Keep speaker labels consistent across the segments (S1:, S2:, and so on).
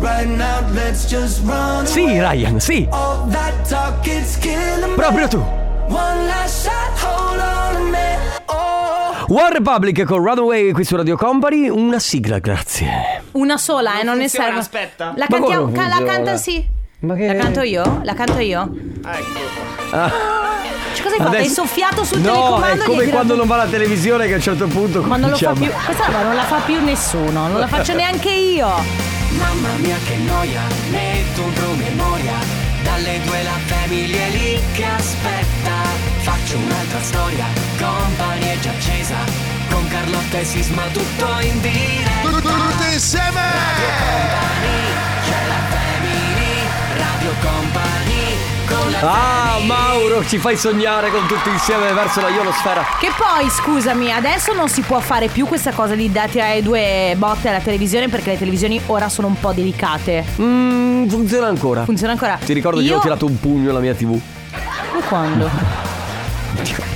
S1: Right now let's just run
S2: Sì, Ryan, sì.
S1: All that talk it's killing me
S2: Proprio tu.
S1: One last shot, hold on a minute Oh
S2: War Republic con Runaway qui su Radio Company. Una sigla, grazie.
S3: Una sola, eh, non ne
S4: funziona,
S3: serve.
S4: aspetta.
S3: La
S2: Ma come
S3: cantiamo,
S2: non
S3: ca- la
S2: funziona?
S3: canta sì.
S2: Ma che-
S3: La canto io? La canto io.
S4: Ecco.
S3: Cioè, cosa hai fatto? Hai
S2: Adesso-
S3: soffiato sul
S2: No,
S3: telecomando
S2: è
S3: e gli hai
S2: come
S3: tirato-
S2: quando non va la televisione che a un certo punto
S3: Ma non lo fa
S2: cominciamo-
S3: più. Questa roba non la fa più nessuno, non la faccio neanche io.
S1: Mamma mia che noia, metto un promemoria Dalle due la famiglia è lì che aspetta Faccio un'altra storia, compagnie già accesa Con Carlotta e Sisma tutto in diretta
S5: Tutti insieme!
S1: C'è la family, Radio Company Con la
S2: Ah,
S1: family.
S2: Mauro, ci fai sognare con tutti insieme verso la ionosfera.
S3: Che poi, scusami, adesso non si può fare più questa cosa di dati ai due botte alla televisione perché le televisioni ora sono un po' delicate.
S2: Mmm, funziona ancora.
S3: Funziona ancora.
S2: Ti ricordo che io ho tirato un pugno alla mia TV
S3: Quando?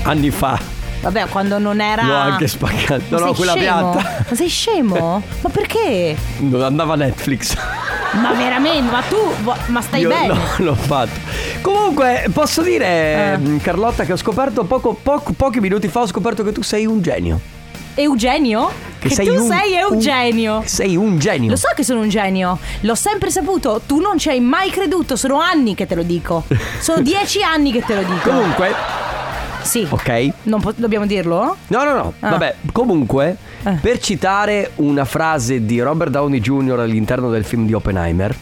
S2: anni fa.
S3: Vabbè, quando non era.
S2: L'ho anche spaccato. No,
S3: Ah. Ma sei
S2: no, quella
S3: scemo?
S2: piatta.
S3: Ma sei scemo? Ma perché?
S2: Non andava Netflix.
S3: Ma veramente? Ma tu. vo- Ma stai
S2: Io
S3: bene?
S2: no, l'ho fatto. Comunque, posso dire,
S3: Eh.
S2: mh, Carlotta, che ho scoperto poco, poco- pochi minuti fa, ho scoperto che tu sei un genio.
S3: Eugenio? Che, tu
S2: un-
S3: sei Eugenio.
S2: un- sei un genio.
S3: Lo so che sono un genio, l'ho sempre saputo, tu non ci hai mai creduto, sono anni che te lo dico. Sono dieci anni che te lo dico.
S2: Comunque,
S3: Sì.
S2: ok.
S3: Non po- dobbiamo dirlo?
S2: No, no, no.
S3: Ah.
S2: Vabbè, comunque,
S3: Eh.
S2: per citare una frase di Robert Downey Jr. all'interno del film di Oppenheimer,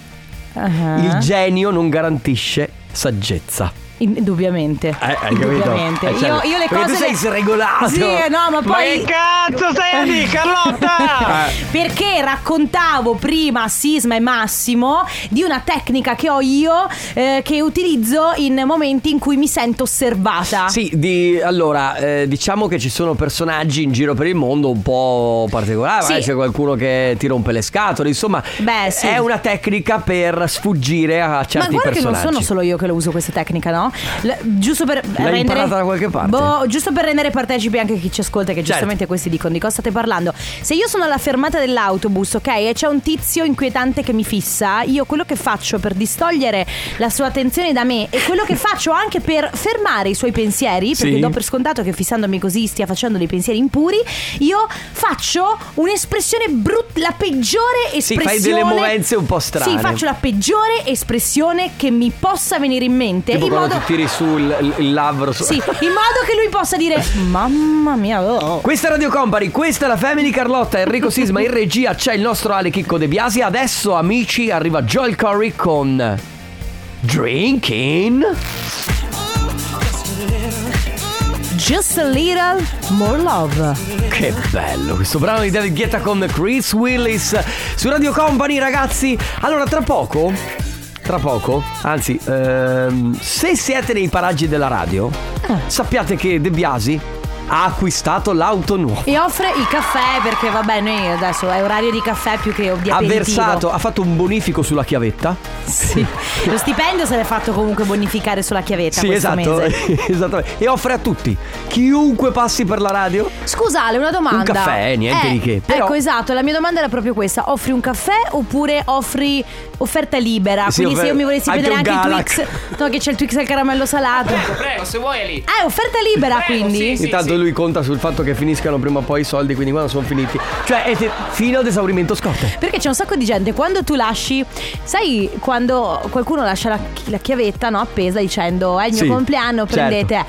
S3: Ah.
S2: il genio non garantisce saggezza.
S3: Indubbiamente.
S2: Eh, hai capito?
S3: Indubbiamente.
S2: Eh, cioè,
S3: io, io le
S2: perché
S3: cose.
S2: tu sei
S3: le-
S2: sregolato.
S3: Sì, eh, no, ma
S4: Ma che
S3: poi.
S4: cazzo stai a dire,
S2: Eh.
S4: Carlotta?
S3: perché raccontavo prima a Sisma e Massimo di una tecnica che ho io eh, che utilizzo in momenti in cui mi sento osservata.
S2: Sì, di, allora, eh, diciamo che ci sono personaggi in giro per il mondo un po' particolari,
S3: Sì.
S2: magari c'è qualcuno che ti rompe le scatole, insomma,
S3: Beh, sì.
S2: è una tecnica per sfuggire a
S3: Ma
S2: certi
S3: guarda che non
S2: personaggi.
S3: sono solo io che lo uso questa tecnica, no? L- giusto per rendere
S2: imparata da qualche parte?
S3: Boh, giusto per rendere partecipi anche chi ci ascolta che
S2: Certo.
S3: giustamente questi dicono di cosa state parlando. Se io sono alla fermata dell'autobus, ok, e c'è un tizio inquietante che mi fissa, io quello che faccio per distogliere la sua attenzione da me e quello che faccio anche per fermare i suoi pensieri, perché
S2: Sì.
S3: do per scontato che fissandomi così stia facendo dei pensieri impuri, io faccio un'espressione brutta, la peggiore espressione
S2: Sì, fai delle movenze un po' strane.
S3: Sì, faccio la peggiore espressione che mi possa venire in mente.
S2: Tipo
S3: in
S2: quando
S3: modo.
S2: ti tiri sul il, il labbro. su-
S3: Sì, in modo che lui possa dire: Mamma mia, oh.
S2: Questa è Radio Company, questa è la Family Carlotta, Enrico Sisma in regia, c'è il nostro Ale Chicco De Biasi. Adesso, amici, arriva Joel Corey con Drinking.
S3: just a little more love.
S2: Che bello questo brano di David Guetta con Chris Willis su Radio Company, ragazzi. Allora, tra poco, tra poco, anzi, ehm, se siete nei paraggi della radio,
S4: Ah.
S2: sappiate che De Biasi ha acquistato l'auto nuova.
S3: E offre il caffè perché, vabbè, noi adesso è orario di caffè più che di aperitivo.
S2: Ha versato, ha fatto un bonifico sulla chiavetta.
S3: Sì. Lo stipendio se l'è fatto comunque bonificare sulla chiavetta
S2: sì,
S3: questo
S2: esatto.
S3: mese.
S2: esattamente. E offre a tutti, chiunque passi per la radio.
S3: Scusa Ale, una domanda.
S2: Un caffè, niente
S3: Eh,
S2: di che, però-
S3: Ecco, esatto, la mia domanda era proprio questa. Offri un caffè oppure offri offerta libera?
S2: Sì,
S3: Quindi se
S2: offer-
S3: io mi volessi
S2: anche
S3: vedere
S2: un
S3: anche i
S2: Galax.
S3: Twix, no che c'è il Twix al caramello salato.
S4: Prego, prego, se vuoi è lì.
S3: Ah, è offerta libera
S4: Prego,
S3: quindi?
S4: sì, sì.
S2: Intanto lui conta sul fatto che finiscano prima o poi i soldi, quindi quando sono finiti. Cioè, è te- fino ad esaurimento scorte.
S3: Perché c'è un sacco di gente, quando tu lasci, sai quando qualcuno lascia la, chi- la chiavetta no, appesa dicendo è il mio
S2: Sì,
S3: compleanno,
S2: certo.
S3: prendete.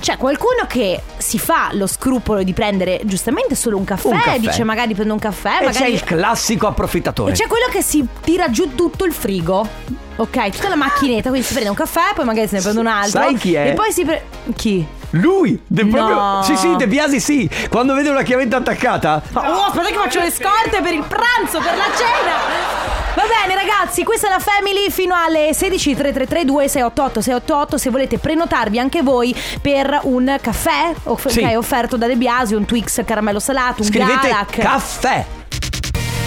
S3: C'è qualcuno che si fa lo scrupolo di prendere giustamente solo un caffè,
S2: Un caffè.
S3: dice magari prendo un caffè,
S2: E c'è
S3: magari
S2: il classico
S3: E
S2: approfittatore.
S3: c'è quello che si tira giù tutto il frigo. Ok, tutta la macchinetta, quindi si prende un caffè, poi magari se ne prende un altro.
S2: Sai chi è?
S3: E poi si prende. Chi?
S2: Lui! De-
S3: No.
S2: proprio, sì, sì, De Biasi sì. Quando vede una chiavetta attaccata.
S3: Oh, aspetta che faccio le scorte per il pranzo, per la cena. Va bene ragazzi, questa è la Family fino alle 16.3332 688 688 se volete prenotarvi anche voi per un caffè off-
S2: Sì.
S3: che è offerto da De Biasi, un Twix caramello salato, un
S2: Scrivete
S3: Galac.
S2: caffè.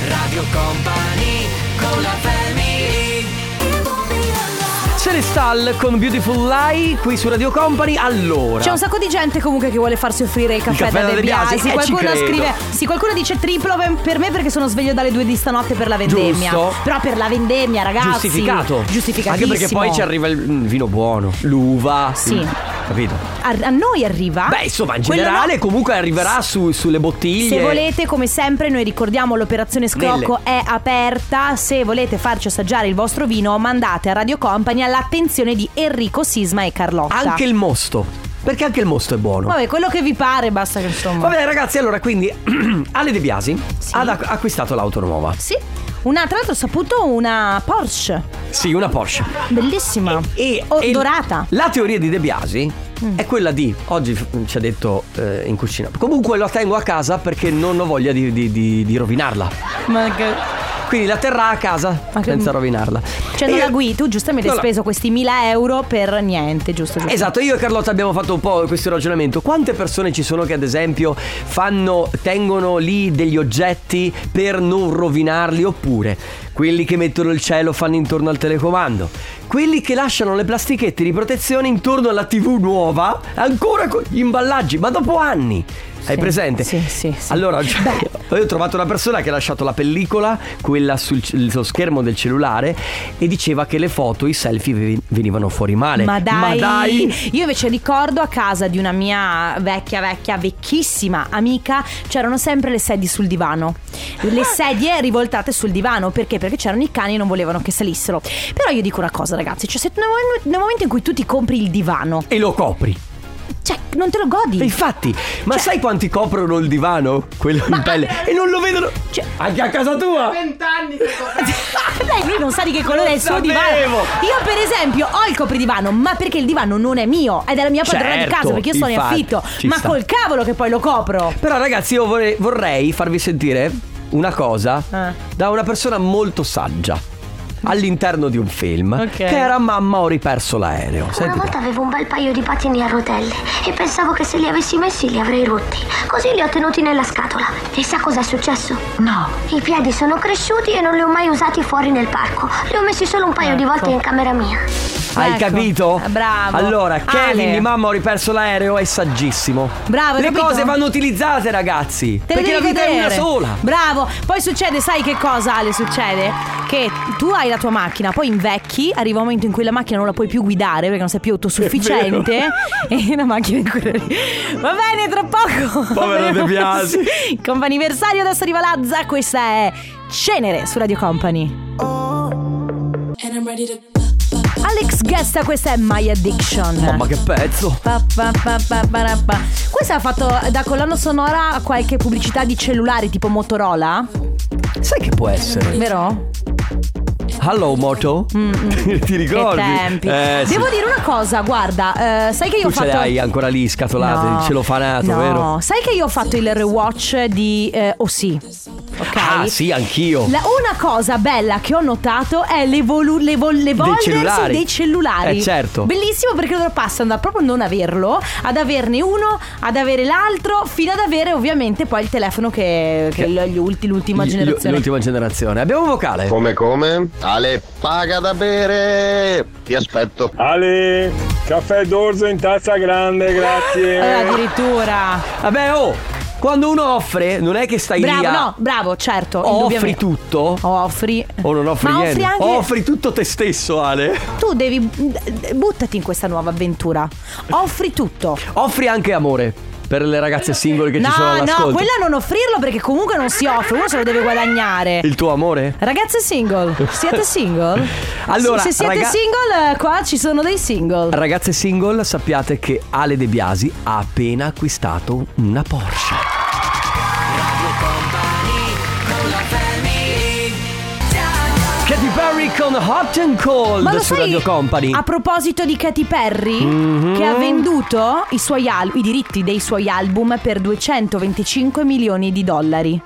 S2: Radio Company con la Se ne Cristal con Beautiful Lie qui su Radio Company. Allora,
S3: C'è un sacco di gente comunque che vuole farsi offrire il caffè, da De Biasi.
S2: eh, ci
S3: qualcuno
S2: credo.
S3: scrive: Sì, qualcuno dice triplo per- per me perché sono sveglio dalle due di stanotte per la vendemmia.
S2: Giusto.
S3: Però per la vendemmia, ragazzi.
S2: giustificato.
S3: Giustificatissimo.
S2: Anche perché poi ci arriva il mm, vino buono, l'uva.
S3: Sì.
S2: Mm, Capito?
S3: A, a noi arriva.
S2: Beh, insomma, in
S3: Quello no.
S2: generale comunque arriverà su- sulle bottiglie.
S3: Se volete, come sempre, noi ricordiamo l'operazione Scrocco è aperta. Se volete farci assaggiare il vostro vino, mandate a Radio Company all'attenzione di Enrico Sisma e Carlotta.
S2: Anche il mosto. Perché anche il mosto è buono.
S3: Vabbè, quello che vi pare, basta che insomma.
S2: Va bene ragazzi, allora quindi Ale De Biasi ha da- acquistato l'auto nuova.
S3: Sì. Una, tra l'altro ho saputo una Porsche.
S2: Sì, una Porsche.
S3: Bellissima.
S2: E,
S3: Oh,
S2: e-
S3: dorata. Mm.
S2: La teoria di De Biasi è quella di oggi f- ci ha detto eh, in cucina. Comunque la tengo a casa perché non ho voglia di, di- di- di rovinarla.
S3: Ma che...
S2: Quindi la terrà a casa
S3: Ma che-
S2: senza rovinarla.
S3: Cioè,
S2: E-
S3: non la guidi. Tu giustamente hai
S2: Non la-
S3: speso questi 1000 euro per niente, giusto? giusto.
S2: Esatto, io e Carlotta abbiamo fatto un po' questo ragionamento. Quante persone ci sono che ad esempio fanno, tengono lì degli oggetti per non rovinarli oppure quelli che mettono il cielo fanno intorno al telecomando, quelli che lasciano le plastichette di protezione intorno alla TV nuova, ancora con gli imballaggi, ma dopo anni. Hai
S3: Sì,
S2: presente?
S3: sì, sì, sì.
S2: Allora, cioè, io ho trovato una persona che ha lasciato la pellicola, quella sul ce- sullo schermo del cellulare, e diceva che le foto, i selfie ve- venivano fuori male.
S3: Ma dai.
S2: Ma dai!
S3: Io invece ricordo a casa di una mia vecchia, vecchia, vecchissima amica c'erano sempre le sedie sul divano.
S2: Ah.
S3: Le sedie rivoltate sul divano perché? Perché c'erano i cani e non volevano che salissero. Però io dico una cosa, ragazzi: cioè, se nel mom- nel momento in cui tu ti compri il divano,
S2: e lo copri.
S3: cioè, non te lo godi.
S2: E infatti, ma
S3: Cioè-
S2: sai quanti coprono il divano? Quello in pelle. E non lo vedono.
S3: Cioè-
S2: Anche a casa tua.
S4: Vent'anni che
S3: Dai, lui non sa di che colore è il suo
S2: Sapevo.
S3: divano. Io, per esempio, ho il copridivano, ma perché il divano non è mio, è della mia padrona di
S2: Certo,
S3: casa, perché io sono in
S2: infatti,
S3: affitto.
S2: ci
S3: Ma
S2: sta.
S3: col cavolo che poi lo copro.
S2: Però ragazzi, io vorrei, vorrei farvi sentire una cosa
S3: Eh.
S2: da una persona molto saggia. All'interno di un film
S3: Ok. Ah,
S2: che era Mamma ho riperso l'aereo.
S6: Una
S2: Senti.
S6: volta avevo un bel paio di patini a rotelle e pensavo che se li avessi messi li avrei rotti. Così li ho tenuti nella scatola. E sa cosa è successo? No. I piedi sono cresciuti e non li ho mai usati fuori nel parco. Li ho messi solo un paio di volte in camera mia.
S2: Hai
S3: Ecco.
S2: capito?
S3: Ah, bravo.
S2: Allora, Kevin
S3: Ale.
S2: di mamma ho riperso l'aereo è saggissimo.
S3: Bravo, hai
S2: Le
S3: capito?
S2: cose vanno utilizzate, ragazzi.
S3: Te le
S2: perché la
S3: devi
S2: vita è
S3: godere.
S2: una sola.
S3: Bravo. Poi succede, sai che cosa Ale succede? Che tu hai la tua macchina, poi invecchi, arriva un momento in cui la macchina non la puoi più guidare perché non sei più autosufficiente. E la macchina è quella lì. Va bene, tra poco.
S2: Povero De Biasi.
S3: Sì. Comp'anniversario, adesso arriva Lazza, questa è Cenere su Radio Company. Alex Guesta, questa è My Addiction.
S2: Mamma che pezzo.
S3: Pa, pa, pa, pa, pa, ra, pa. Questa ha fatto da colonna sonora a qualche pubblicità di cellulari tipo Motorola,
S2: Sai che può essere?
S3: vero?
S2: Hello Moto? Ti
S3: Mm, Che
S2: ricordi?
S3: tempi.
S2: Eh, sì.
S3: Devo dire una cosa, guarda, eh, sai che io
S2: Tu
S3: ho
S2: ce
S3: fatto
S2: le hai ancora lì scatolate,
S3: No.
S2: ce celofanato,
S3: no.
S2: vero?
S3: sai che io ho fatto il rewatch di eh, Oh sì. Ok.
S2: Ah, sì, anch'io.
S3: La- una cosa bella che ho notato è l'evolu- l'evo- l'evolversi
S2: cellulari.
S3: dei cellulari.
S2: Eh, certo.
S3: Bellissimo perché loro passano da proprio non averlo, ad averne uno, ad avere l'altro, fino ad avere ovviamente poi il telefono che, che è l- gli ulti- l'ultima
S2: Gli-
S3: generazione.
S2: L'ultima generazione. Abbiamo un vocale.
S7: Come come? Ale, paga da bere! Ti aspetto.
S8: Ale, caffè d'orzo in tazza grande, grazie.
S3: Eh, addirittura.
S2: Vabbè, oh, quando uno offre, non è che stai lì
S3: Bravo,
S2: a...
S3: no, bravo, certo.
S2: o ah. offri
S3: indubbiamente.
S2: tutto
S3: O offri.
S2: o non offri
S3: Ma
S2: niente.
S3: offri anche.
S2: O offri tutto te stesso, Ale.
S3: Tu devi. Buttati in questa nuova avventura. Offri tutto.
S2: Offri anche amore per le ragazze singole che
S3: no,
S2: ci sono all'ascolto.
S3: no, quella non offrirlo perché comunque non si offre, uno se lo deve guadagnare.
S2: Il tuo amore?
S3: Ragazze single, siete single?
S2: Allora,
S3: se siete
S2: raga-
S3: single, eh, qua ci sono dei single.
S2: Ragazze single, sappiate che Ale De Biasi ha appena acquistato una Porsche. Katy Perry con Hot and Cold
S3: Ma lo
S2: su
S3: sai, Ah,
S2: Radio Company. Mhm.
S3: a proposito di Katy Perry, che ha venduto i, suoi al- i diritti dei suoi album per 225 milioni di dollari.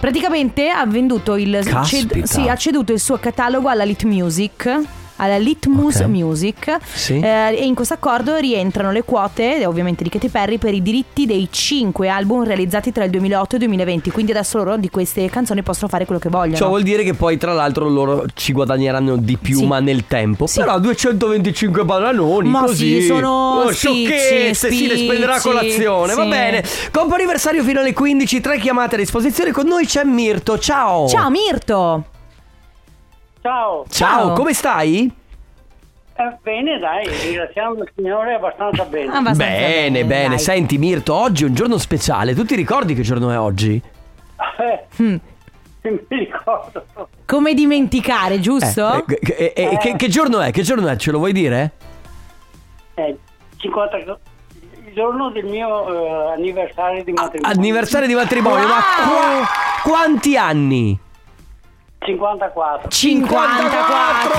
S3: Praticamente ha venduto il.
S2: Caspita.
S3: sì, ha ceduto il suo catalogo alla Lit Music. alla Litmus
S2: Ok.
S3: Music.
S2: Sì.
S3: Eh, e in questo accordo rientrano le quote, eh, ovviamente, di Katy Perry per i diritti dei cinque album realizzati tra il 2008 e il 2020. Quindi adesso loro di queste canzoni possono fare quello che vogliono.
S2: Ciò vuol dire che poi tra l'altro loro ci guadagneranno di più
S3: Sì.
S2: ma nel tempo
S3: Sì.
S2: Però 225 bananoni
S3: Ma
S2: così
S3: sì, sono
S2: oh,
S3: spicci,
S2: sciocchezze, si le spenderà a
S3: spicci,
S2: colazione, va
S3: sì.
S2: bene Compo anniversario fino alle 15, tre chiamate a disposizione Con noi c'è Mirto, ciao
S3: Ciao Mirto!
S9: Ciao,
S2: Ciao,
S3: Ciao.
S2: come stai?
S9: Eh, bene dai, ringraziamo il Signore abbastanza bene.
S3: Abbastanza
S2: bene, bene,
S3: dai.
S2: senti Mirto, oggi è un giorno speciale Tu ti ricordi che giorno è oggi? Ah.
S9: Eh,
S3: Mm.
S9: mi ricordo.
S3: Come dimenticare, giusto?
S2: Eh, eh, eh, eh, che, che giorno è? Che giorno è? Ce lo vuoi dire?
S9: Eh, 50 il giorno del mio eh, anniversario di matrimonio.
S2: Ah, Anniversario di matrimonio, ma
S3: Wow!
S2: qua- quanti anni?
S9: 54.
S3: 54.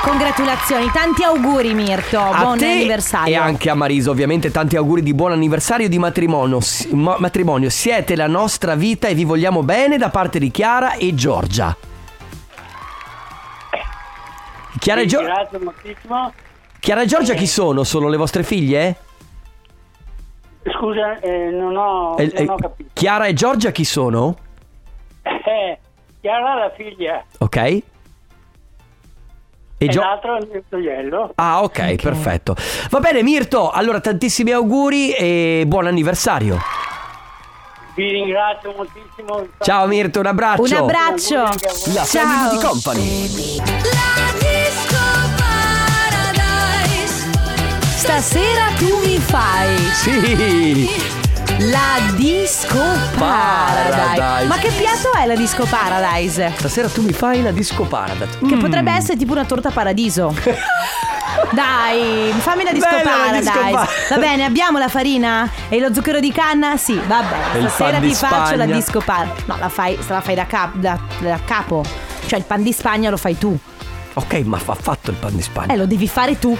S3: Congratulazioni, tanti auguri Mirto,
S2: A
S3: buon
S2: te
S3: anniversario.
S2: E anche a Marisa ovviamente tanti auguri di buon anniversario di matrimonio. Si- ma- matrimonio. Siete la nostra vita e vi vogliamo bene da parte di Chiara e Giorgia. Chiara e, Gio-
S9: Grazie moltissimo.
S2: Chiara e Giorgia chi sono? Sono le vostre figlie?
S9: Scusa, eh, non, ho,
S2: Eh,
S9: non ho
S2: eh,
S9: capito.
S2: Chiara e Giorgia chi sono?
S9: Eh, Chiara è la figlia
S2: Ok. E,
S9: e,
S2: Gio-
S9: l'altro è il mio gioiello.
S2: Ah ok, perfetto. Va bene Mirto, allora tantissimi auguri e buon anniversario.
S9: Vi ringrazio moltissimo.
S2: Ciao Mirto, un abbraccio.
S3: Un abbraccio.
S2: La
S3: Ciao.
S2: family di Company.
S3: Stasera tu mi fai
S2: Sì.
S3: la disco
S2: Paradise.
S3: paradise. Ma che piatto è la disco paradise?
S2: Stasera tu mi fai la disco paradise.
S3: Che
S2: Mm.
S3: potrebbe essere tipo una torta paradiso. Dai, fammi la disco
S2: Bella la
S3: paradise.
S2: disco
S3: Va
S2: paradise.
S3: bene, abbiamo la farina e lo zucchero di canna? Sì, va
S2: E il
S3: bene. Stasera
S2: pan di
S3: ti faccio la
S2: Spagna.
S3: disco paradise. No, la fai, se la fai da, cap- da- da capo. Cioè il pan di Spagna lo fai tu.
S2: Ok, ma fa fatto il pan di Spagna.
S3: Eh, lo devi fare tu.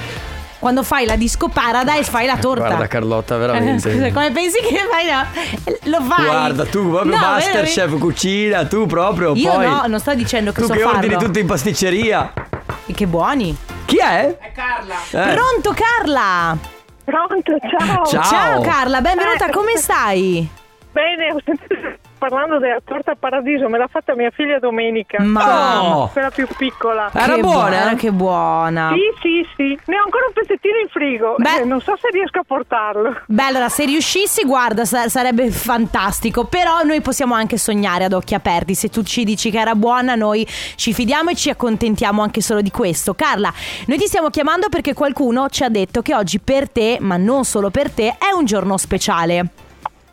S3: Quando fai la disco paradise fai la torta.
S2: Guarda Carlotta,
S3: Eh, scusa,
S2: veramente.
S3: come pensi che fai? No? Eh, Lo fai.
S2: Guarda, tu proprio
S3: No,
S2: master chef cucina, tu proprio
S3: Io
S2: poi.
S3: no, non sto dicendo che
S2: Tu
S3: so
S2: che ordini
S3: farlo.
S2: tutto in pasticceria.
S3: veramente. Che buoni.
S2: Chi è?
S4: È Carla.
S2: Eh.
S3: Pronto Carla?
S10: Pronto, ciao.
S2: Ciao.
S3: Carla, benvenuta,
S10: Eh.
S3: come stai?
S10: Bene, ho sentito parlando della torta paradiso, me l'ha fatta mia figlia domenica.
S3: Ma-
S2: Oh. Eh.
S10: Quella più piccola.
S2: Era
S3: Che
S2: buona?
S3: Che buona.
S10: Sì, sì, sì. Ne ho ancora un pezzettino in frigo.
S3: Beh.
S10: Eh, non so se riesco a portarlo.
S3: Beh, allora, se riuscissi, guarda, sa- sarebbe fantastico. Però noi possiamo anche sognare ad occhi aperti. Se tu ci dici che era buona, noi ci fidiamo e ci accontentiamo anche solo di questo. Carla, noi ti stiamo chiamando perché qualcuno ci ha detto che oggi per te, ma non solo per te, è un giorno speciale.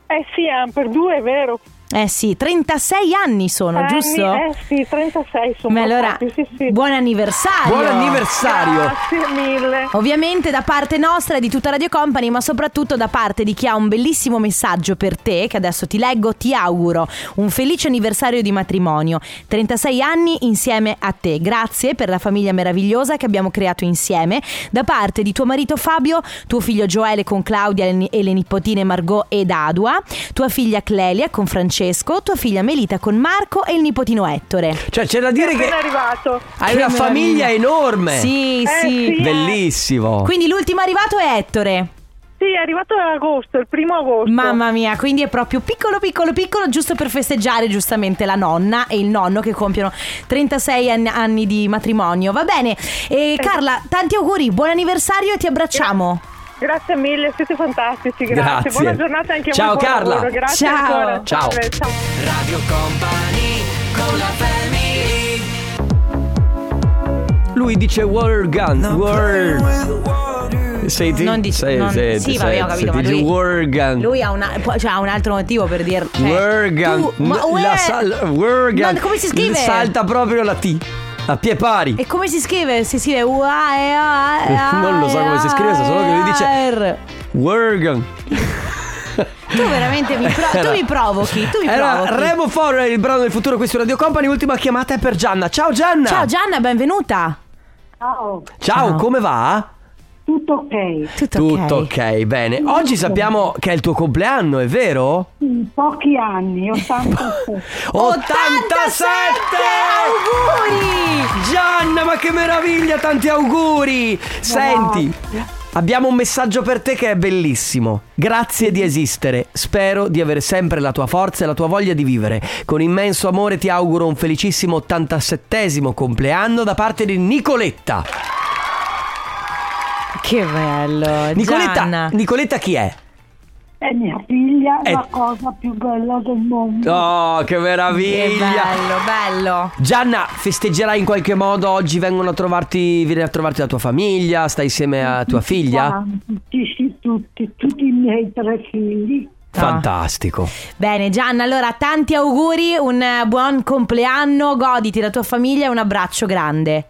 S10: Eh sì, ah, per due è vero.
S3: Eh sì, 36 anni sono,
S10: Anni-
S3: giusto?
S10: Eh sì, 36 sono.
S3: Ma allora,
S10: passati, sì, sì.
S3: buon anniversario!
S2: Buon anniversario. Oh,
S10: Grazie mille.
S3: Ovviamente da parte nostra e di tutta Radio Company, ma soprattutto da parte di chi ha un bellissimo messaggio per te, che adesso ti leggo, ti auguro un felice anniversario di matrimonio. 36 anni insieme a te. Grazie per la famiglia meravigliosa che abbiamo creato insieme. Da parte di tuo marito Fabio, tuo figlio Joele con Claudia e le nipotine Margot ed Adua, tua figlia Clelia con Francesco, tua figlia Melita con Marco e il nipotino Ettore.
S2: Cioè, c'è da dire
S10: È
S2: che
S10: appena arrivato.
S2: hai
S3: Che
S2: una
S3: meraviglia.
S2: famiglia enorme.
S3: Sì,
S10: Eh,
S3: sì.
S10: sì.
S2: Bellissimo.
S3: Quindi l'ultimo arrivato è Ettore.
S10: Sì, è arrivato ad agosto, il primo agosto.
S3: Mamma mia, quindi è proprio piccolo, piccolo, piccolo, giusto per festeggiare giustamente la nonna e il nonno che compiono 36 an- anni di matrimonio. Va bene, e Carla, tanti auguri, buon anniversario e ti abbracciamo.
S10: Grazie mille, siete fantastici, grazie.
S2: Grazie.
S10: Buona giornata anche a
S2: Ciao,
S10: voi. buon
S2: Carla.
S10: lavoro, Grazie
S3: Ciao.
S10: ancora.
S2: Ciao.
S10: Ciao.
S1: Radio Company con la family
S2: Lui dice Water Gun. Water. Senti?
S3: Non dici-
S2: Sei-
S3: non-
S2: senti,
S3: sì, vabbè, ho
S2: senti,
S3: capito, ma
S2: dice
S3: lui-
S2: Water Gun.
S3: Lui ha, una- poi- cioè, ha un altro motivo per dirlo. Cioè,
S2: Wergan.
S3: tu- ma-
S2: N-
S3: uè-
S2: la sal- Wergan.
S3: No, come si scrive?
S2: Salta proprio la T. A pie pari.
S3: E come si scrive? Si scrive UAR.
S2: Non lo so come si scrive, so solo che lui dice- Wergan.
S3: Tu veramente mi, pro- tu
S2: Era-
S3: mi provochi, tu mi
S2: Era
S3: provochi.
S2: Remo Forra, il brano del futuro qui su Radio Company. Ultima chiamata è per Gianna. Ciao Gianna.
S3: Ciao Gianna, benvenuta.
S2: Ciao, come va?
S10: Tutto ok.
S3: Tutto,
S2: Tutto ok, bene. Oggi sappiamo che è il tuo compleanno, è vero?
S10: Pochi anni, 86.
S2: 87!
S3: Auguri!
S2: Gianna, ma ma che meraviglia, tanti auguri! Senti, abbiamo un messaggio per te che è bellissimo. Grazie di esistere. Spero di avere sempre la tua forza e la tua voglia di vivere. Con immenso amore ti auguro un felicissimo 87esimo compleanno da parte di Nicoletta.
S3: Che bello.
S2: Nicoletta,
S3: Gianna.
S2: Nicoletta chi è?
S11: È mia figlia
S2: Eh.
S11: la cosa più bella del mondo.
S2: Oh, che meraviglia!
S3: Bello, bello.
S2: Gianna, festeggerai in qualche modo oggi? Vengono a trovarti, viene a trovarti la tua famiglia? Stai insieme a
S3: Mm,
S2: tua figlia?
S11: Tutti, sì, tutti, tutti i miei tre figli.
S2: Fantastico.
S3: Bene, Gianna, allora tanti auguri, un eh, buon compleanno, goditi la tua famiglia e un abbraccio grande.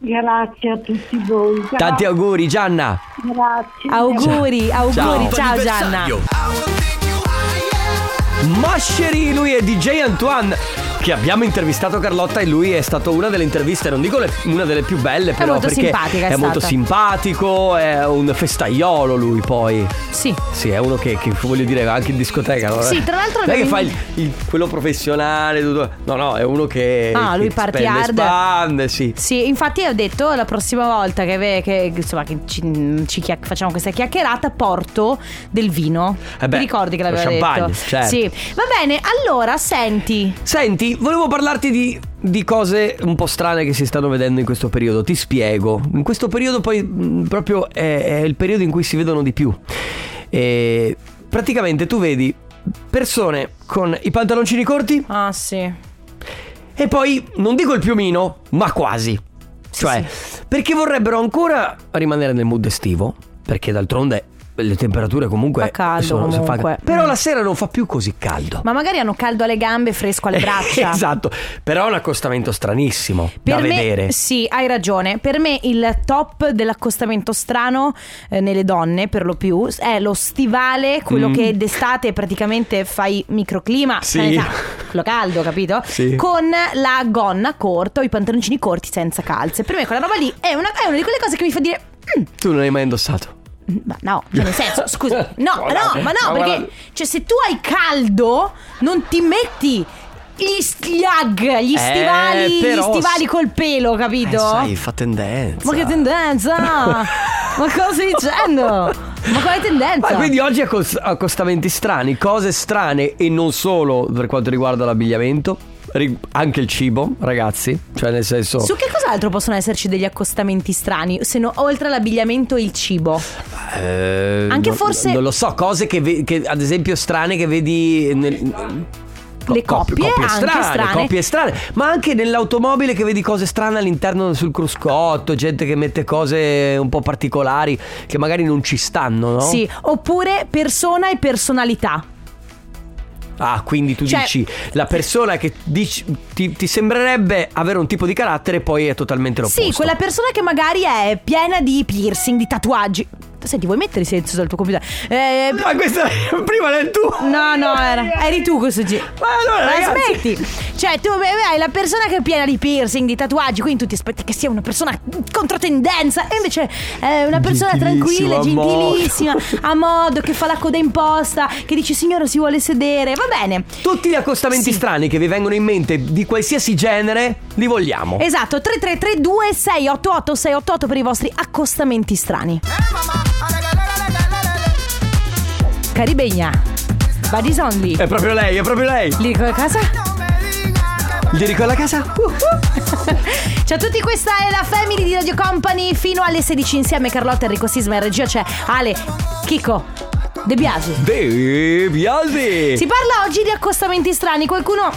S11: Grazie a tutti voi. Gra-
S2: Tanti auguri, Gianna.
S11: Grazie.
S3: Auguri, auguri, ciao, Gianna.
S2: Moscheri, lui è DJ Antoine. Che abbiamo intervistato Carlotta e lui è stato una delle interviste, non dico le- una delle più belle, però
S3: molto
S2: perché
S3: simpatica, è
S2: è, molto
S3: stata.
S2: simpatico, è un festaiolo lui poi.
S3: Sì.
S2: Sì, è uno che, che voglio dire va anche in discoteca. non è-
S3: Sì, tra l'altro
S2: Non è che
S3: abbiamo-
S2: fa il, il- quello professionale, tutto- no, no, è uno che.
S3: Ah,
S2: che
S3: lui party
S2: spende
S3: hard.
S2: Spande, sì.
S3: Sì, infatti ho detto la prossima volta che, ve- che, insomma, che ci, ci chia- facciamo questa chiacchierata porto del vino.
S2: Eh beh,
S3: Ti ricordi che
S2: lo
S3: l'avevo
S2: champagne,
S3: detto?
S2: certo.
S3: Sì. Va bene, allora senti.
S2: Senti, volevo parlarti di, di cose un po' strane che si stanno vedendo in questo periodo. Ti spiego. In questo periodo poi mh, proprio è, è il periodo in cui si vedono di più. E praticamente tu vedi persone con i pantaloncini corti
S3: Ah, sì.
S2: e poi non dico il piumino, ma quasi. cioè, perché vorrebbero ancora rimanere nel mood estivo, perché d'altronde le temperature comunque
S3: Fa caldo
S2: si fa-
S3: comunque.
S2: Però
S3: Mm.
S2: la sera non fa più così caldo.
S3: Ma magari hanno caldo alle gambe e fresco alle braccia.
S2: esatto, però è un accostamento stranissimo da
S3: me,
S2: vedere.
S3: Sì, hai ragione. Per me il top dell'accostamento strano eh, nelle donne, per lo più, è lo stivale, quello
S2: Mm.
S3: che d'estate praticamente fai microclima,
S2: Sì.
S3: sai, sa, quello caldo, capito?
S2: Sì.
S3: Con la gonna corta o i pantaloncini corti senza calze. Per me quella roba lì è una, è una di quelle cose che mi fa dire... "Mm,
S2: Tu non l'hai mai indossato.
S3: Ma no, cioè nel senso, scusa, no,
S2: Guarda,
S3: no, ma no,
S2: ma guarda.
S3: perché cioè, se tu hai caldo, non ti metti gli sliag, gli
S2: Eh,
S3: stivali,
S2: però-
S3: gli stivali col pelo, capito?
S2: Eh, sai, fa tendenza.
S3: ma che tendenza! ma cosa stai dicendo? Ma quale tendenza?
S2: Ma Ah, quindi oggi accos- accostamenti strani, cose strane e non solo per quanto riguarda l'abbigliamento, ri- anche il cibo, ragazzi. Cioè, nel senso.
S3: Su che cos'altro possono esserci degli accostamenti strani? Se no, oltre all'abbigliamento e il cibo.
S2: eh,
S3: anche
S2: non-
S3: forse-
S2: Non lo so, cose che, ve- che, ad esempio strane che vedi. nel-
S3: Le
S2: cop-
S3: coppie, anche strane.
S2: coppie strane, ma anche nell'automobile che vedi cose strane all'interno sul cruscotto, gente che mette cose un po' particolari che magari non ci stanno, no?
S3: Sì, oppure persona e personalità.
S2: Ah, quindi tu
S3: Cioè-
S2: dici la persona che dici- ti, ti sembrerebbe avere un tipo di carattere, poi è totalmente l'opposto.
S3: Sì, quella persona che magari è piena di piercing, di tatuaggi. Senti, vuoi mettere silenzio sul tuo computer? Eh,
S2: Ma questa prima del tuo.
S3: No, no, era- eri tu questo giro.
S2: Ma allora, ragazzi-
S3: smetti. Cioè, tu beh, hai la persona che è piena di piercing, di tatuaggi, quindi tu ti aspetti che sia una persona controtendenza. E invece è una persona
S2: Gentilissima,
S3: tranquilla,
S2: a
S3: gentilissima, a modo, che fa la coda in posta, che dice signora si vuole sedere. Va bene.
S2: Tutti gli accostamenti
S3: Sì.
S2: strani che vi vengono in mente di qualsiasi genere, li vogliamo.
S3: Esatto, 3332 688 688 per i vostri accostamenti strani. Caribegna, Buddies Only.
S2: È proprio lei, è proprio lei.
S3: Lì con la casa?
S2: Lirico alla casa? Uh,
S3: Uhuh. Ciao a tutti, questa è la Family di Radio Company fino alle 16 insieme Carlotta, Enrico Sisma in regia c'è Ale, Chico, De Biasi.
S2: De Biasi.
S3: Si parla oggi di accostamenti strani, qualcuno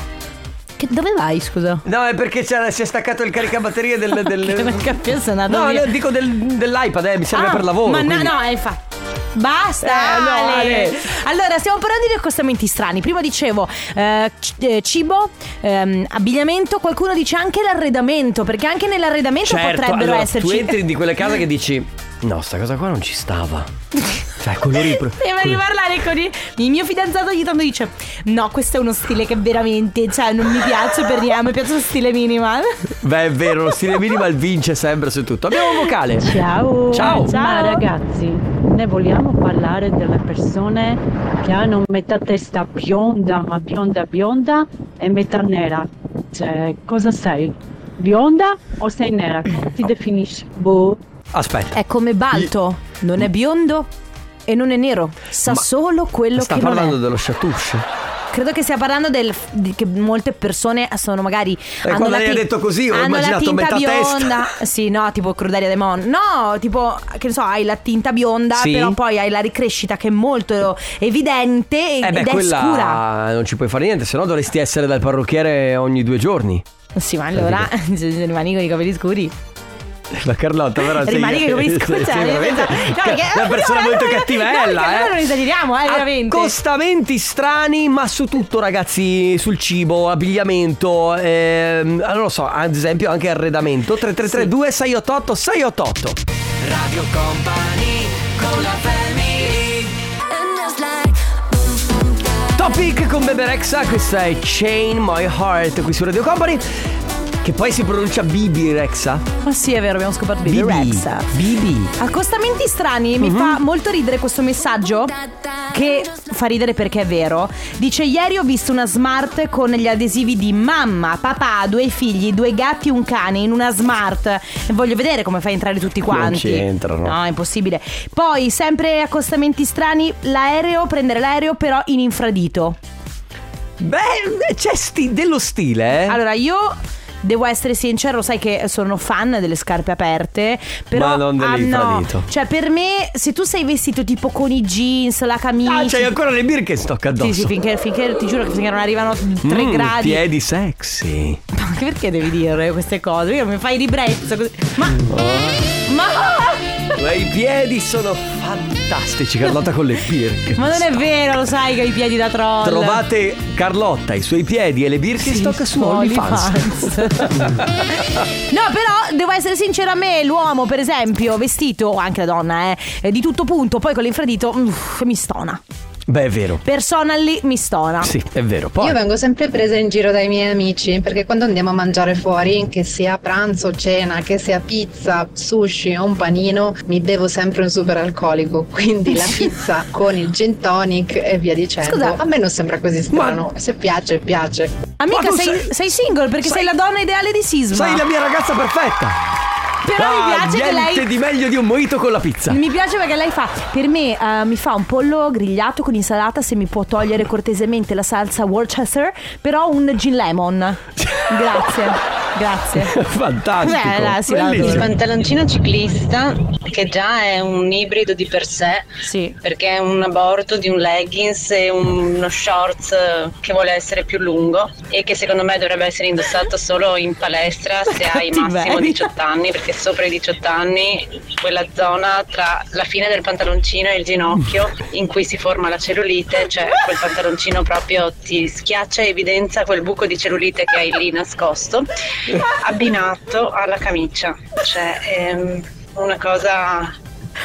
S3: che dove vai, scusa?
S2: No, è perché c'era- si è staccato il caricabatterie del... del-
S3: Che non capisco, sono andato
S2: no,
S3: via.
S2: no, dico del- dell'iPad, eh, mi serve
S3: Ah,
S2: per lavoro.
S3: Ma
S2: quindi-
S3: no, no, eh, infatti. Basta!
S2: Eh, no,
S3: Ale.
S2: Ale.
S3: Allora, stiamo parlando di accostamenti strani. Prima dicevo eh, c- eh, cibo, ehm, abbigliamento, qualcuno dice anche l'arredamento, perché anche nell'arredamento
S2: Certo,
S3: potrebbero
S2: allora,
S3: esserci.
S2: Tu entri di quelle case che dici: No, sta cosa qua non ci stava. Cioè, colori pro-
S3: Prima di
S2: colori-
S3: parlare con il, il mio fidanzato ogni tanto dice No, questo è uno stile che veramente, cioè non mi piace per niente, mi piace lo stile minimal
S2: Beh, è vero, lo stile minimal vince sempre su tutto. Abbiamo un vocale.
S12: Ciao.
S2: Ciao.
S12: Ma ragazzi, ne vogliamo parlare delle persone che hanno metà testa bionda, ma bionda bionda e metà nera. Cioè, cosa sei? bionda o sei nera? Come ti definisci? Boh.
S2: Aspetta.
S3: È come Balto, non è biondo e non è nero, sa solo quello
S2: Sta
S3: che non è.
S2: parlando dello chatouche.
S3: Credo che stia parlando del di- che molte persone sono magari hanno
S2: Eh, quando
S3: la
S2: lei ha
S3: ti-
S2: detto così, ho
S3: hanno
S2: immaginato
S3: la
S2: metà
S3: tinta
S2: testa.
S3: bionda. Sì, no, tipo Crudelia De Mon. No, tipo che ne so, hai la tinta bionda,
S2: Sì.
S3: però poi hai la ricrescita che è molto evidente
S2: Eh beh,
S3: ed è
S2: quella
S3: scura.
S2: non ci puoi fare niente, se no dovresti essere dal parrucchiere ogni due giorni.
S3: Sì, ma allora se rimani con i capelli scuri.
S2: La Carlotta, però sei-
S3: Rimani con i capelli scuri.
S2: sei
S3: cioè,
S2: veramente
S3: no, perché- eh,
S2: una persona
S3: no,
S2: molto
S3: no, no,
S2: cattivella,
S3: no, perché
S2: eh.
S3: allora non esageriamo, eh, veramente.
S2: Accostamenti strani, ma su tutto, ragazzi, sul cibo, abbigliamento, ehm, non lo so, ad esempio anche arredamento. 3332 688 688.
S1: Radio Company con la family
S2: Topic con Bebe Rexha, questa è Chain My Heart qui su Radio Company. Che poi si pronuncia Bibi Rexa.
S3: Ma Oh sì, è vero, abbiamo scoperto Bibi Rexa.
S2: Bibi.
S3: Accostamenti strani, mi fa molto ridere questo messaggio che fa ridere perché è vero. Dice ieri ho visto una smart con gli adesivi di mamma, papà, due figli, due gatti, un cane in una smart. E voglio vedere come fai a entrare tutti quanti.
S2: c'entrano.
S3: No, è impossibile. Poi sempre accostamenti strani, l'aereo, prendere l'aereo però in infradito.
S2: Beh, c'è sti- dello stile, eh.
S3: Allora io Devo essere sincero, sai che sono fan delle scarpe aperte, però
S2: Ma non dell'infradito.
S3: hanno- Cioè, per me, se tu sei vestito tipo con i jeans, la camicia,
S2: Ah, c'hai ancora le Birkenstock addosso.
S3: Sì, sì, finché, finché- ti giuro che finché non arrivano 3
S2: Mm,
S3: gradi.
S2: Piedi sexy.
S3: Ma anche perché devi dire queste cose? Io mi fai ribrezzo così. Ma. Ma.
S2: I piedi sono fantastici, Carlotta con le Birkenstock.
S3: Ma non è vero, lo sai che ho i piedi da troll.
S2: Trovate Carlotta, i suoi piedi e le Birkenstock
S3: Sì,
S2: su
S3: su
S2: OnlyFans.
S3: No, però devo essere sincera, a me l'uomo, per esempio, vestito, o anche la donna, eh, eh, di tutto punto, poi con l'infradito, uff, mi stona.
S2: Beh, è vero.
S3: Personally mi stona.
S2: Sì, è vero. Poi
S13: Io vengo sempre presa in giro dai miei amici perché quando andiamo a mangiare fuori, che sia pranzo, cena, che sia pizza, sushi o un panino, mi bevo sempre un super alcolico. Quindi la pizza con il gin tonic e via dicendo.
S3: Scusa.
S13: a me non sembra così strano. Se piace, piace.
S3: Amica, sei, sei single perché sei, la donna ideale di Sisma.
S2: sei la mia ragazza perfetta.
S3: Però
S2: Ah,
S3: mi piace che
S2: niente
S3: lei.
S2: di meglio di un mojito con la pizza.
S3: Mi piace perché lei fa, per me eh, mi fa un pollo grigliato con insalata se mi può togliere cortesemente la salsa Worcester, però un gin lemon. Grazie, grazie.
S2: Fantastico.
S3: Beh, là, sì, là,
S14: Il
S2: Bellissimo.
S14: pantaloncino ciclista, che già è un ibrido di per sé, perché è un aborto di un leggings e un- uno shorts eh, che vuole essere più lungo e che secondo me dovrebbe essere indossato solo in palestra se hai massimo
S3: cattiveria.
S14: 18 anni, perché sopra i 18 anni quella zona tra la fine del pantaloncino e il ginocchio in cui si forma la cellulite, cioè quel pantaloncino proprio ti schiaccia e evidenzia quel buco di cellulite che hai lì nascosto abbinato alla camicia. Cioè, ehm, una cosa.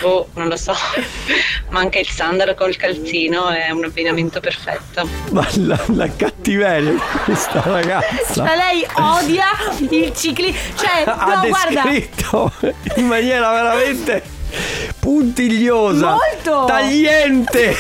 S14: Boh, non lo so. Ma anche il sandalo col calzino è un abbinamento perfetto.
S2: Ma la, la cattiveria di questa ragazza.
S3: Cioè, lei odia il cicli. Cioè,
S2: ha
S3: no, guarda.
S2: descritto in maniera veramente puntigliosa.
S3: Molto.
S2: Tagliente.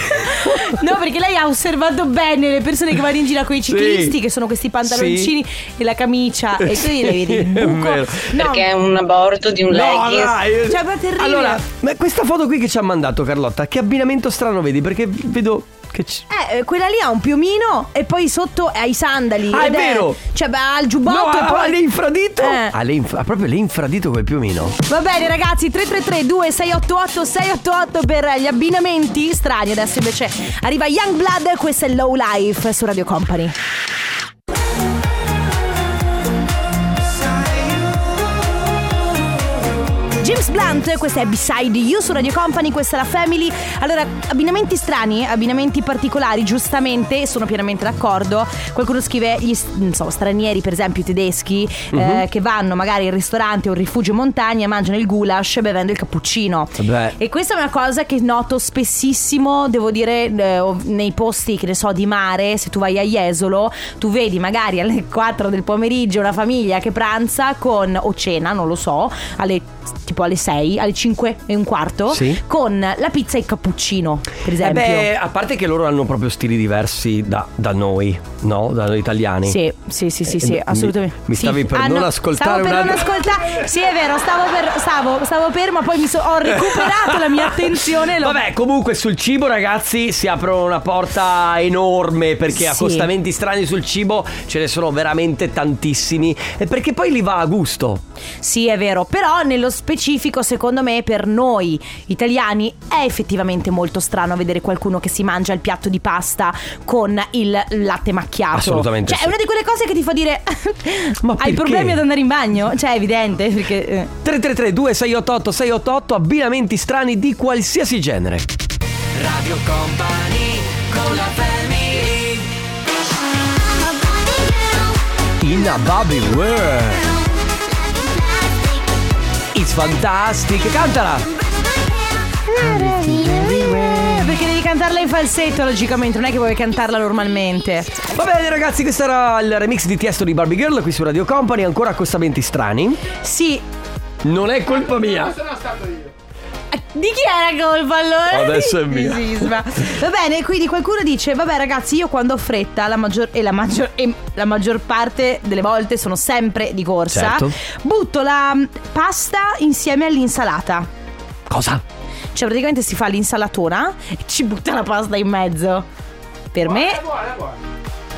S3: No, perché lei ha osservato bene le persone che vanno in giro con i ciclisti, che sono questi pantaloncini e la camicia. E quindi le vedi il buco.
S14: Perché è un aborto di un
S2: No,
S14: leggings.
S2: dai.
S3: Cioè, ma terribile.
S2: Allora, ma questa foto qui che ci ha mandato Carlotta, che abbinamento strano vedi? Perché vedo che ci...
S3: Eh, eh, quella lì ha un piumino e poi sotto ha i sandali.
S2: Ah, è
S3: ed
S2: vero.
S3: Cioè, beh, ha il giubbotto
S2: No,
S3: e
S2: ha-
S3: poi.
S2: ha l'infradito.
S3: Eh.
S2: Ha, le inf- ha proprio l'infradito col piumino.
S3: Va bene ragazzi 333 2688 688 per gli abbinamenti strani Adesso invece arriva Young Blood Questo è Low Life su Radio Company James Blunt, questa è Beside You su Radio Company, questa è la Family. Allora, abbinamenti strani, abbinamenti particolari, giustamente, sono pienamente d'accordo. Qualcuno scrive gli s- non so, stranieri, per esempio i tedeschi, eh,
S15: Mhm.
S3: che vanno magari al ristorante o al rifugio in montagna, mangiano il goulash bevendo il cappuccino.
S15: Beh.
S3: E questa è una cosa che noto spessissimo, devo dire, eh, ov- nei posti che ne so di mare, se tu vai a Jesolo, tu vedi magari alle 4 del pomeriggio una famiglia che pranza con o cena, non lo so, alle tipo alle 6, alle 5 e un quarto,
S2: Sì.
S3: con la pizza e il cappuccino, per
S2: Eh
S3: esempio.
S2: beh, a parte che loro hanno proprio stili diversi da, da noi, no? Da noi italiani.
S3: Sì, sì, sì, sì, sì,
S2: Eh, mi-
S3: assolutamente.
S2: mi
S3: Sì.
S2: stavi per
S3: Ah,
S2: non
S3: no,
S2: ascoltare
S3: Stavo per non
S2: un'altra-
S3: ascoltare. Sì, è vero, stavo per, stavo, stavo per, ma poi mi so- ho recuperato la mia attenzione. e l'ho-
S2: Vabbè, comunque sul cibo, ragazzi, si apre una porta enorme perché
S3: Sì.
S2: accostamenti strani sul cibo ce ne sono veramente tantissimi. E perché poi li va a gusto.
S3: Sì, è vero, però nello specifico, secondo me, per noi italiani è effettivamente molto strano vedere qualcuno che si mangia il piatto di pasta con il latte macchiato.
S2: Assolutamente
S3: Cioè,
S2: sì.
S3: è una di quelle cose che ti fa dire:
S2: perché?
S3: Hai problemi ad andare in bagno? Cioè, è evidente perché. eh.
S2: 333 2688 688 abbinamenti strani di qualsiasi genere.
S1: Radio Company con la family
S2: In a Bobby World. It's fantastic. Cantala.
S3: Eh, Perché devi cantarla in falsetto, logicamente, non è che vuoi cantarla normalmente.
S2: Va bene ragazzi, questo era il remix di Tiesto di Barbie Girl qui su Radio Company, ancora accostamenti strani.
S3: Sì.
S2: Non è colpa mia.
S3: Di chi era colpa allora?
S2: Adesso è
S3: Di-
S2: mia.
S3: di Sisma. Va bene, quindi qualcuno dice: Vabbè, ragazzi, io quando ho fretta, la maggior, e la maggior, e la maggior parte delle volte sono sempre di corsa.
S2: Certo.
S3: Butto la mm, pasta insieme all'insalata.
S2: Cosa?
S3: Cioè, praticamente si fa l'insalatona e ci butta la pasta in mezzo. Per me.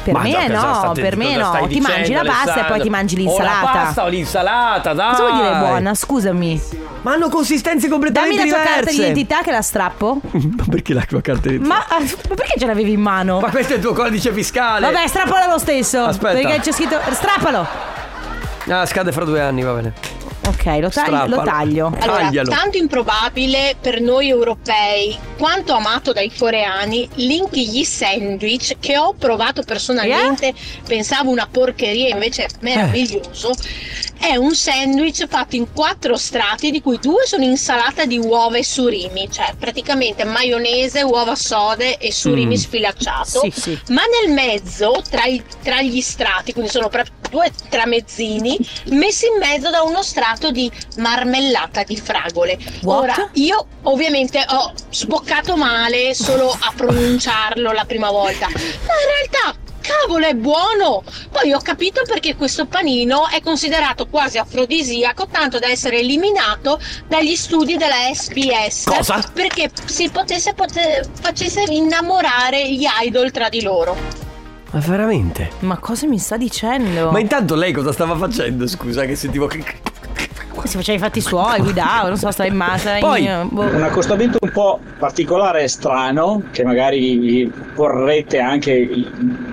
S3: Per
S2: Ma già,
S3: me
S2: cosa
S3: no,
S2: cioè, state-
S3: per me
S2: cosa
S3: no.
S2: stai
S3: Ti
S2: dicendo,
S3: mangi la pasta e poi
S2: Alessandro?
S3: ti mangi
S2: O la
S3: l'insalata.
S2: pasta o l'insalata, dai.
S3: Cosa vuol dire buona? Scusami.
S2: Ma hanno consistenze completamente
S3: Dammi la tua carta
S2: diverse.
S3: d'identità che la strappo.
S2: Ma perché la tua carta di...
S3: Ma, ah, ma perché ce l'avevi in mano?
S2: Ma questo è il tuo codice fiscale.
S3: Vabbè, strappalo lo stesso.
S2: Aspetta.
S3: Perché c'è scritto. Strappalo!
S2: Ah, scade fra due anni, va bene.
S3: Ok, lo, taglio-
S2: Strappalo.
S3: lo taglio.
S15: Allora,
S2: Taglialo.
S15: tanto improbabile per noi europei quanto amato dai coreani l'inkigli sandwich che ho provato personalmente,
S3: Eh?
S15: pensavo una porcheria, invece è meraviglioso. È un sandwich fatto in quattro strati, di cui due sono insalata di uova e surimi, cioè praticamente maionese, uova sode e surimi
S16: Mm.
S15: sfilacciato.
S16: Sì, sì.
S15: Ma nel mezzo, tra, i- tra gli strati, quindi sono proprio due tramezzini, messi in mezzo da uno strato di marmellata di fragole.
S16: What?
S15: Ora, io ovviamente ho sboccato male solo a pronunciarlo la prima volta, ma in realtà. Cavolo, è buono! Poi ho capito perché questo panino è considerato quasi afrodisiaco, tanto da essere eliminato dagli studi della SBS.
S2: Cosa?
S15: Perché si potesse, pote- facesse innamorare gli idol tra di loro.
S2: Ma veramente?
S3: Ma cosa mi sta dicendo?
S2: Ma intanto lei cosa stava facendo? Scusa, che sentivo che.
S3: Si faceva i fatti suoi, guidavo, non so, stava in massa. in- boh.
S17: un accostamento un po' particolare e strano, che magari vi porrete anche,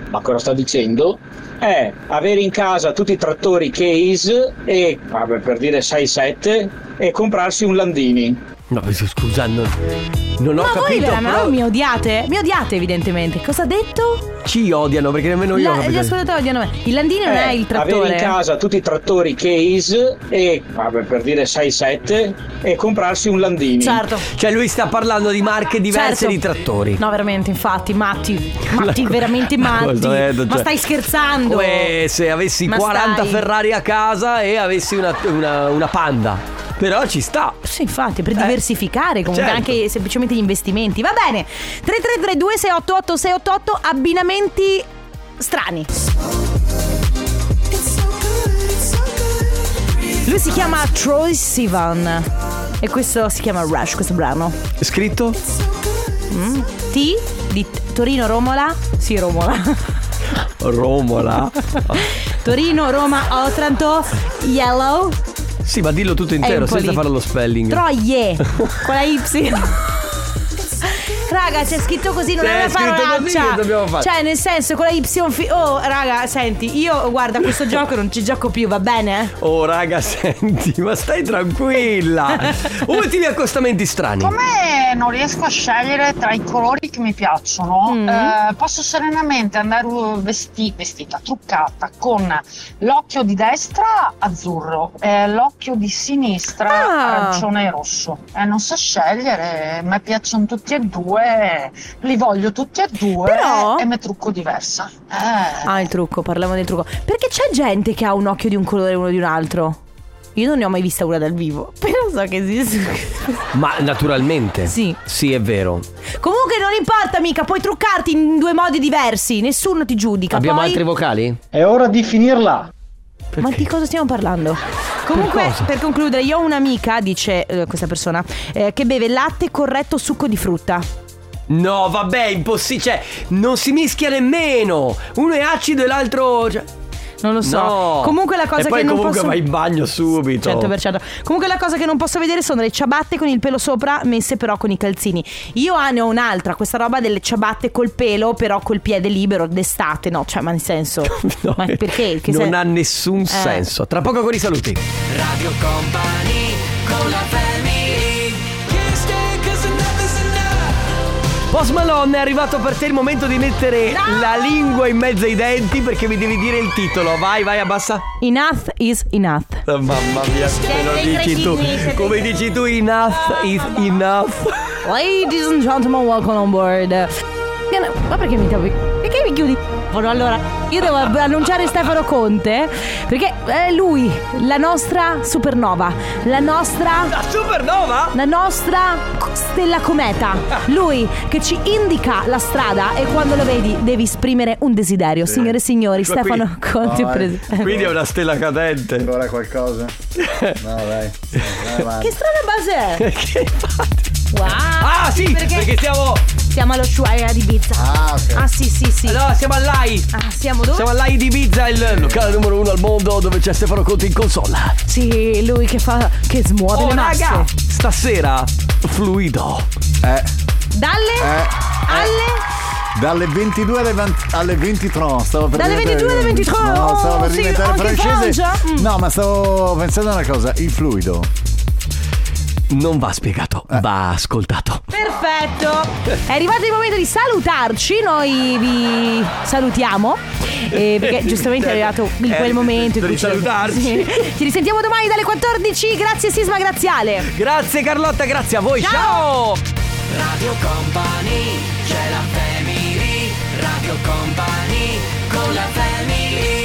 S17: ma cosa sto dicendo, è avere in casa tutti i trattori case e, vabbè, per dire 6-7, e comprarsi un Landini.
S2: No, scusa, non, non ho
S3: ma voi
S2: capito.
S3: vera- ma
S2: però
S3: voi mi odiate? Mi odiate, evidentemente. Cosa ha detto?
S2: Ci odiano perché nemmeno io. ho
S3: La- gli
S2: capito.
S3: ascoltatori odiano me. Il Landini non è il
S17: Avere Eh, in
S3: trattore.
S17: casa tutti i trattori case e, vabbè, per dire 6-7, e comprarsi un Landini.
S3: Certo.
S2: Cioè, lui sta parlando di marche diverse
S3: Certo.
S2: di trattori.
S3: No, veramente, infatti, matti. Matti, veramente matti.
S2: cosa è,
S3: Ma
S2: cioè-
S3: stai scherzando?
S2: Come se avessi
S3: Ma
S2: 40
S3: stai-
S2: Ferrari a casa e avessi una, una- una panda. Però ci sta.
S3: Sì, infatti, per diversificare comunque
S2: Eh. certo.
S3: anche semplicemente gli investimenti. Va bene. 3332 688 688 abbinamenti strani. Lui si chiama Troy Sivan e questo si chiama Rush, questo brano.
S2: Scritto?
S3: Mm. T di Torino Romola. Sì, Romola.
S2: Romola.
S3: Torino, Roma, Otranto, Yellow,
S2: sì, ma dillo tutto intero
S3: Empoli.
S2: senza fare lo spelling.
S3: Troie con la Y. Raga, c'è scritto così, non
S2: Sì,
S3: è
S2: è
S3: una
S2: scritto così,
S3: parolaccia.
S2: che dobbiamo fare?
S3: Cioè, nel senso, con la Y. fi- oh, raga, senti, io guarda questo gioco non ci gioco più, va bene?
S2: Oh raga, senti, ma stai tranquilla. Ultimi accostamenti strani.
S18: Siccome non riesco a scegliere tra i colori che mi piacciono, eh, posso serenamente andare uh, vesti- vestita, truccata, con l'occhio di destra azzurro, e l'occhio di sinistra arancione e rosso. E non so scegliere, mi piacciono tutti e due, li voglio tutti e due e mi trucco diversa. Eh,
S3: Ah, il trucco, parliamo del trucco. Perché c'è gente che ha un occhio di un colore e uno di un altro? Io non ne ho mai vista una dal vivo. Però so che esiste.
S2: Ma naturalmente.
S3: Sì.
S2: Sì, è vero.
S3: Comunque non importa mica, puoi truccarti in due modi diversi, nessuno ti giudica.
S2: Abbiamo
S3: Poi-
S2: altri vocali?
S17: È ora di finirla.
S3: Ma di cosa stiamo parlando? Comunque, per, concludere, io ho un'amica, dice eh, questa persona, eh, che beve latte corretto succo di frutta.
S2: No, vabbè, impossibile. Cioè, non si mischia nemmeno. Uno è acido e l'altro. cioè-
S3: Non lo so.
S2: No.
S3: Comunque la cosa
S2: e poi
S3: che non
S2: comunque
S3: posso-
S2: vai in bagno subito.
S3: 100%. Comunque la cosa che non posso vedere sono le ciabatte con il pelo sopra, messe però con i calzini. Io ah, ne ho un'altra, questa roba delle ciabatte col pelo, però col piede libero d'estate. No, cioè, ma nel senso. ma perché? Che
S2: non
S3: se-
S2: ha nessun
S3: Eh.
S2: senso. Tra poco con i saluti.
S1: Radio Company con la family. Can't stay 'cause enough is enough.
S2: Post Malone è arrivato per te il momento di mettere la lingua in mezzo ai denti perché mi devi dire il titolo. Vai, vai, abbassa.
S3: Enough is enough.
S2: Ah, Mamma mia,
S3: Siete
S2: come lo
S3: dei
S2: dici tu.
S3: cretini, siete
S2: Come dici tu, enough is enough.
S3: Ladies and gentlemen, welcome on board. Che no- Ma perché mi devi. Perché mi chiudi? Allora, Allora, io devo ab- annunciare Stefano Conte perché è lui, la nostra supernova, la nostra. La
S2: supernova? Ah.
S3: La nostra stella cometa. Lui che ci indica la strada e quando lo vedi devi esprimere un desiderio. Signore e signori,
S2: Qua qui.
S3: Stefano Conte, presidente.
S2: Quindi è una stella cadente.
S16: Ancora qualcosa? No, dai.
S3: Eh, Che strana base è?
S2: Che
S3: Wow!
S2: Ah, sì, perché siamo.
S3: Siamo allo Shuaia di Ibiza.
S16: Ah,
S3: Ah, sì, sì, sì.
S2: Allora, siamo all'AI.
S3: Ah, siamo dove?
S2: Siamo all'AI di Ibiza, il locale numero uno al mondo dove c'è Stefano Conte in consola.
S3: Sì, lui che fa. che smuove
S2: Oh,
S3: le masse.
S2: raga, stasera fluido.
S16: Eh,
S3: Dalle.
S16: eh,
S3: Alle.
S16: dalle 22 alle, 20 alle 23. Stavo per
S3: Dalle
S16: diventare-
S3: 22 alle 23,
S16: No,
S3: oh,
S16: stavo per
S3: sì,
S16: diventare
S3: anche in
S16: francese.
S3: Francia, mm.
S16: No, ma stavo pensando a una cosa. Il fluido.
S2: Non va spiegato, va ascoltato.
S3: Perfetto. È arrivato il momento di salutarci. Noi vi salutiamo. eh, perché giustamente è arrivato in
S2: Eh,
S3: quel momento. in
S2: devi
S3: cui ci-
S2: salutarci.
S3: Sì. Ci risentiamo domani dalle 14. Grazie, Sisma Graziale.
S2: Grazie Carlotta, grazie a voi. Ciao!
S1: Radio Company, c'è la family. Radio Company con la family.